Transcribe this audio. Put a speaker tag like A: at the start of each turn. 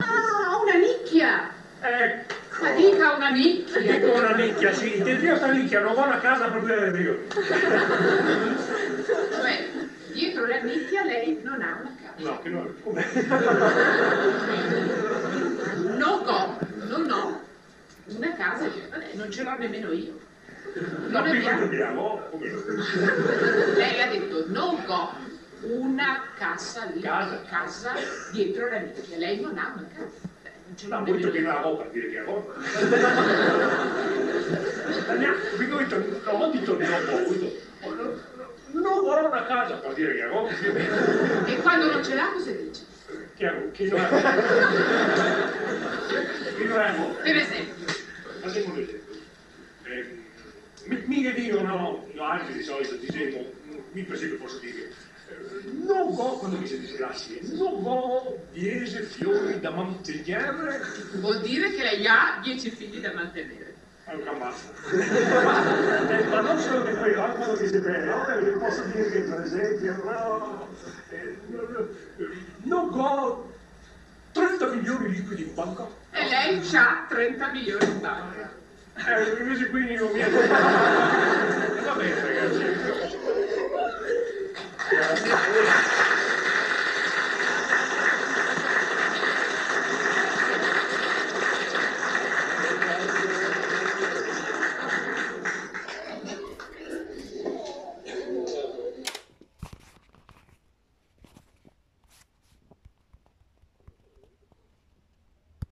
A: Ah, una nicchia.
B: È come una nicchia, sì. Il rio sta nicchia, non va a casa proprio del rio.
A: Cioè, dietro la nicchia lei non ha una casa.
B: No, che no. Come?
A: No, go, non ho una casa, cioè, vabbè, non ce l'ho nemmeno io.
B: No,
A: Non
B: qui non
A: abbiamo.
B: dobbiamo. Come?
A: Lei ha detto no go, una cassa lì,
B: Casa.
A: una casa dietro la nicchia. Lei non ha una casa. Beh, Non ce l'ho
B: No, molto
A: nemmeno
B: che
A: io.
B: la roba, dire che la roba. Andiamo, qui ho detto, no, ho detto no, ho detto, no, no, non vorrò una casa, per dire che la roba,
A: E quando non ce l'ha cosa dice?
B: che la roba, che la roba. Che la roba.
A: Per esempio,
B: Facciamo un esempio. Eh, mi, mi dicono, no, altri di solito, dicevo, mi per esempio posso dire, eh, non go, quando mi senti classiche, non go diese fiori da mantenere,
A: vuol dire che lei ha 10 figli da mantenere.
B: è un camazzo. Eh, Ma non solo che poi va quello che si vede, no? Perché posso dire che per esempio, no, eh, no, no, eh, non go 30 milioni di liquidi in banca.
A: E lei ha 30 milioni in banca.
B: Eh, invece quindi non mi ha...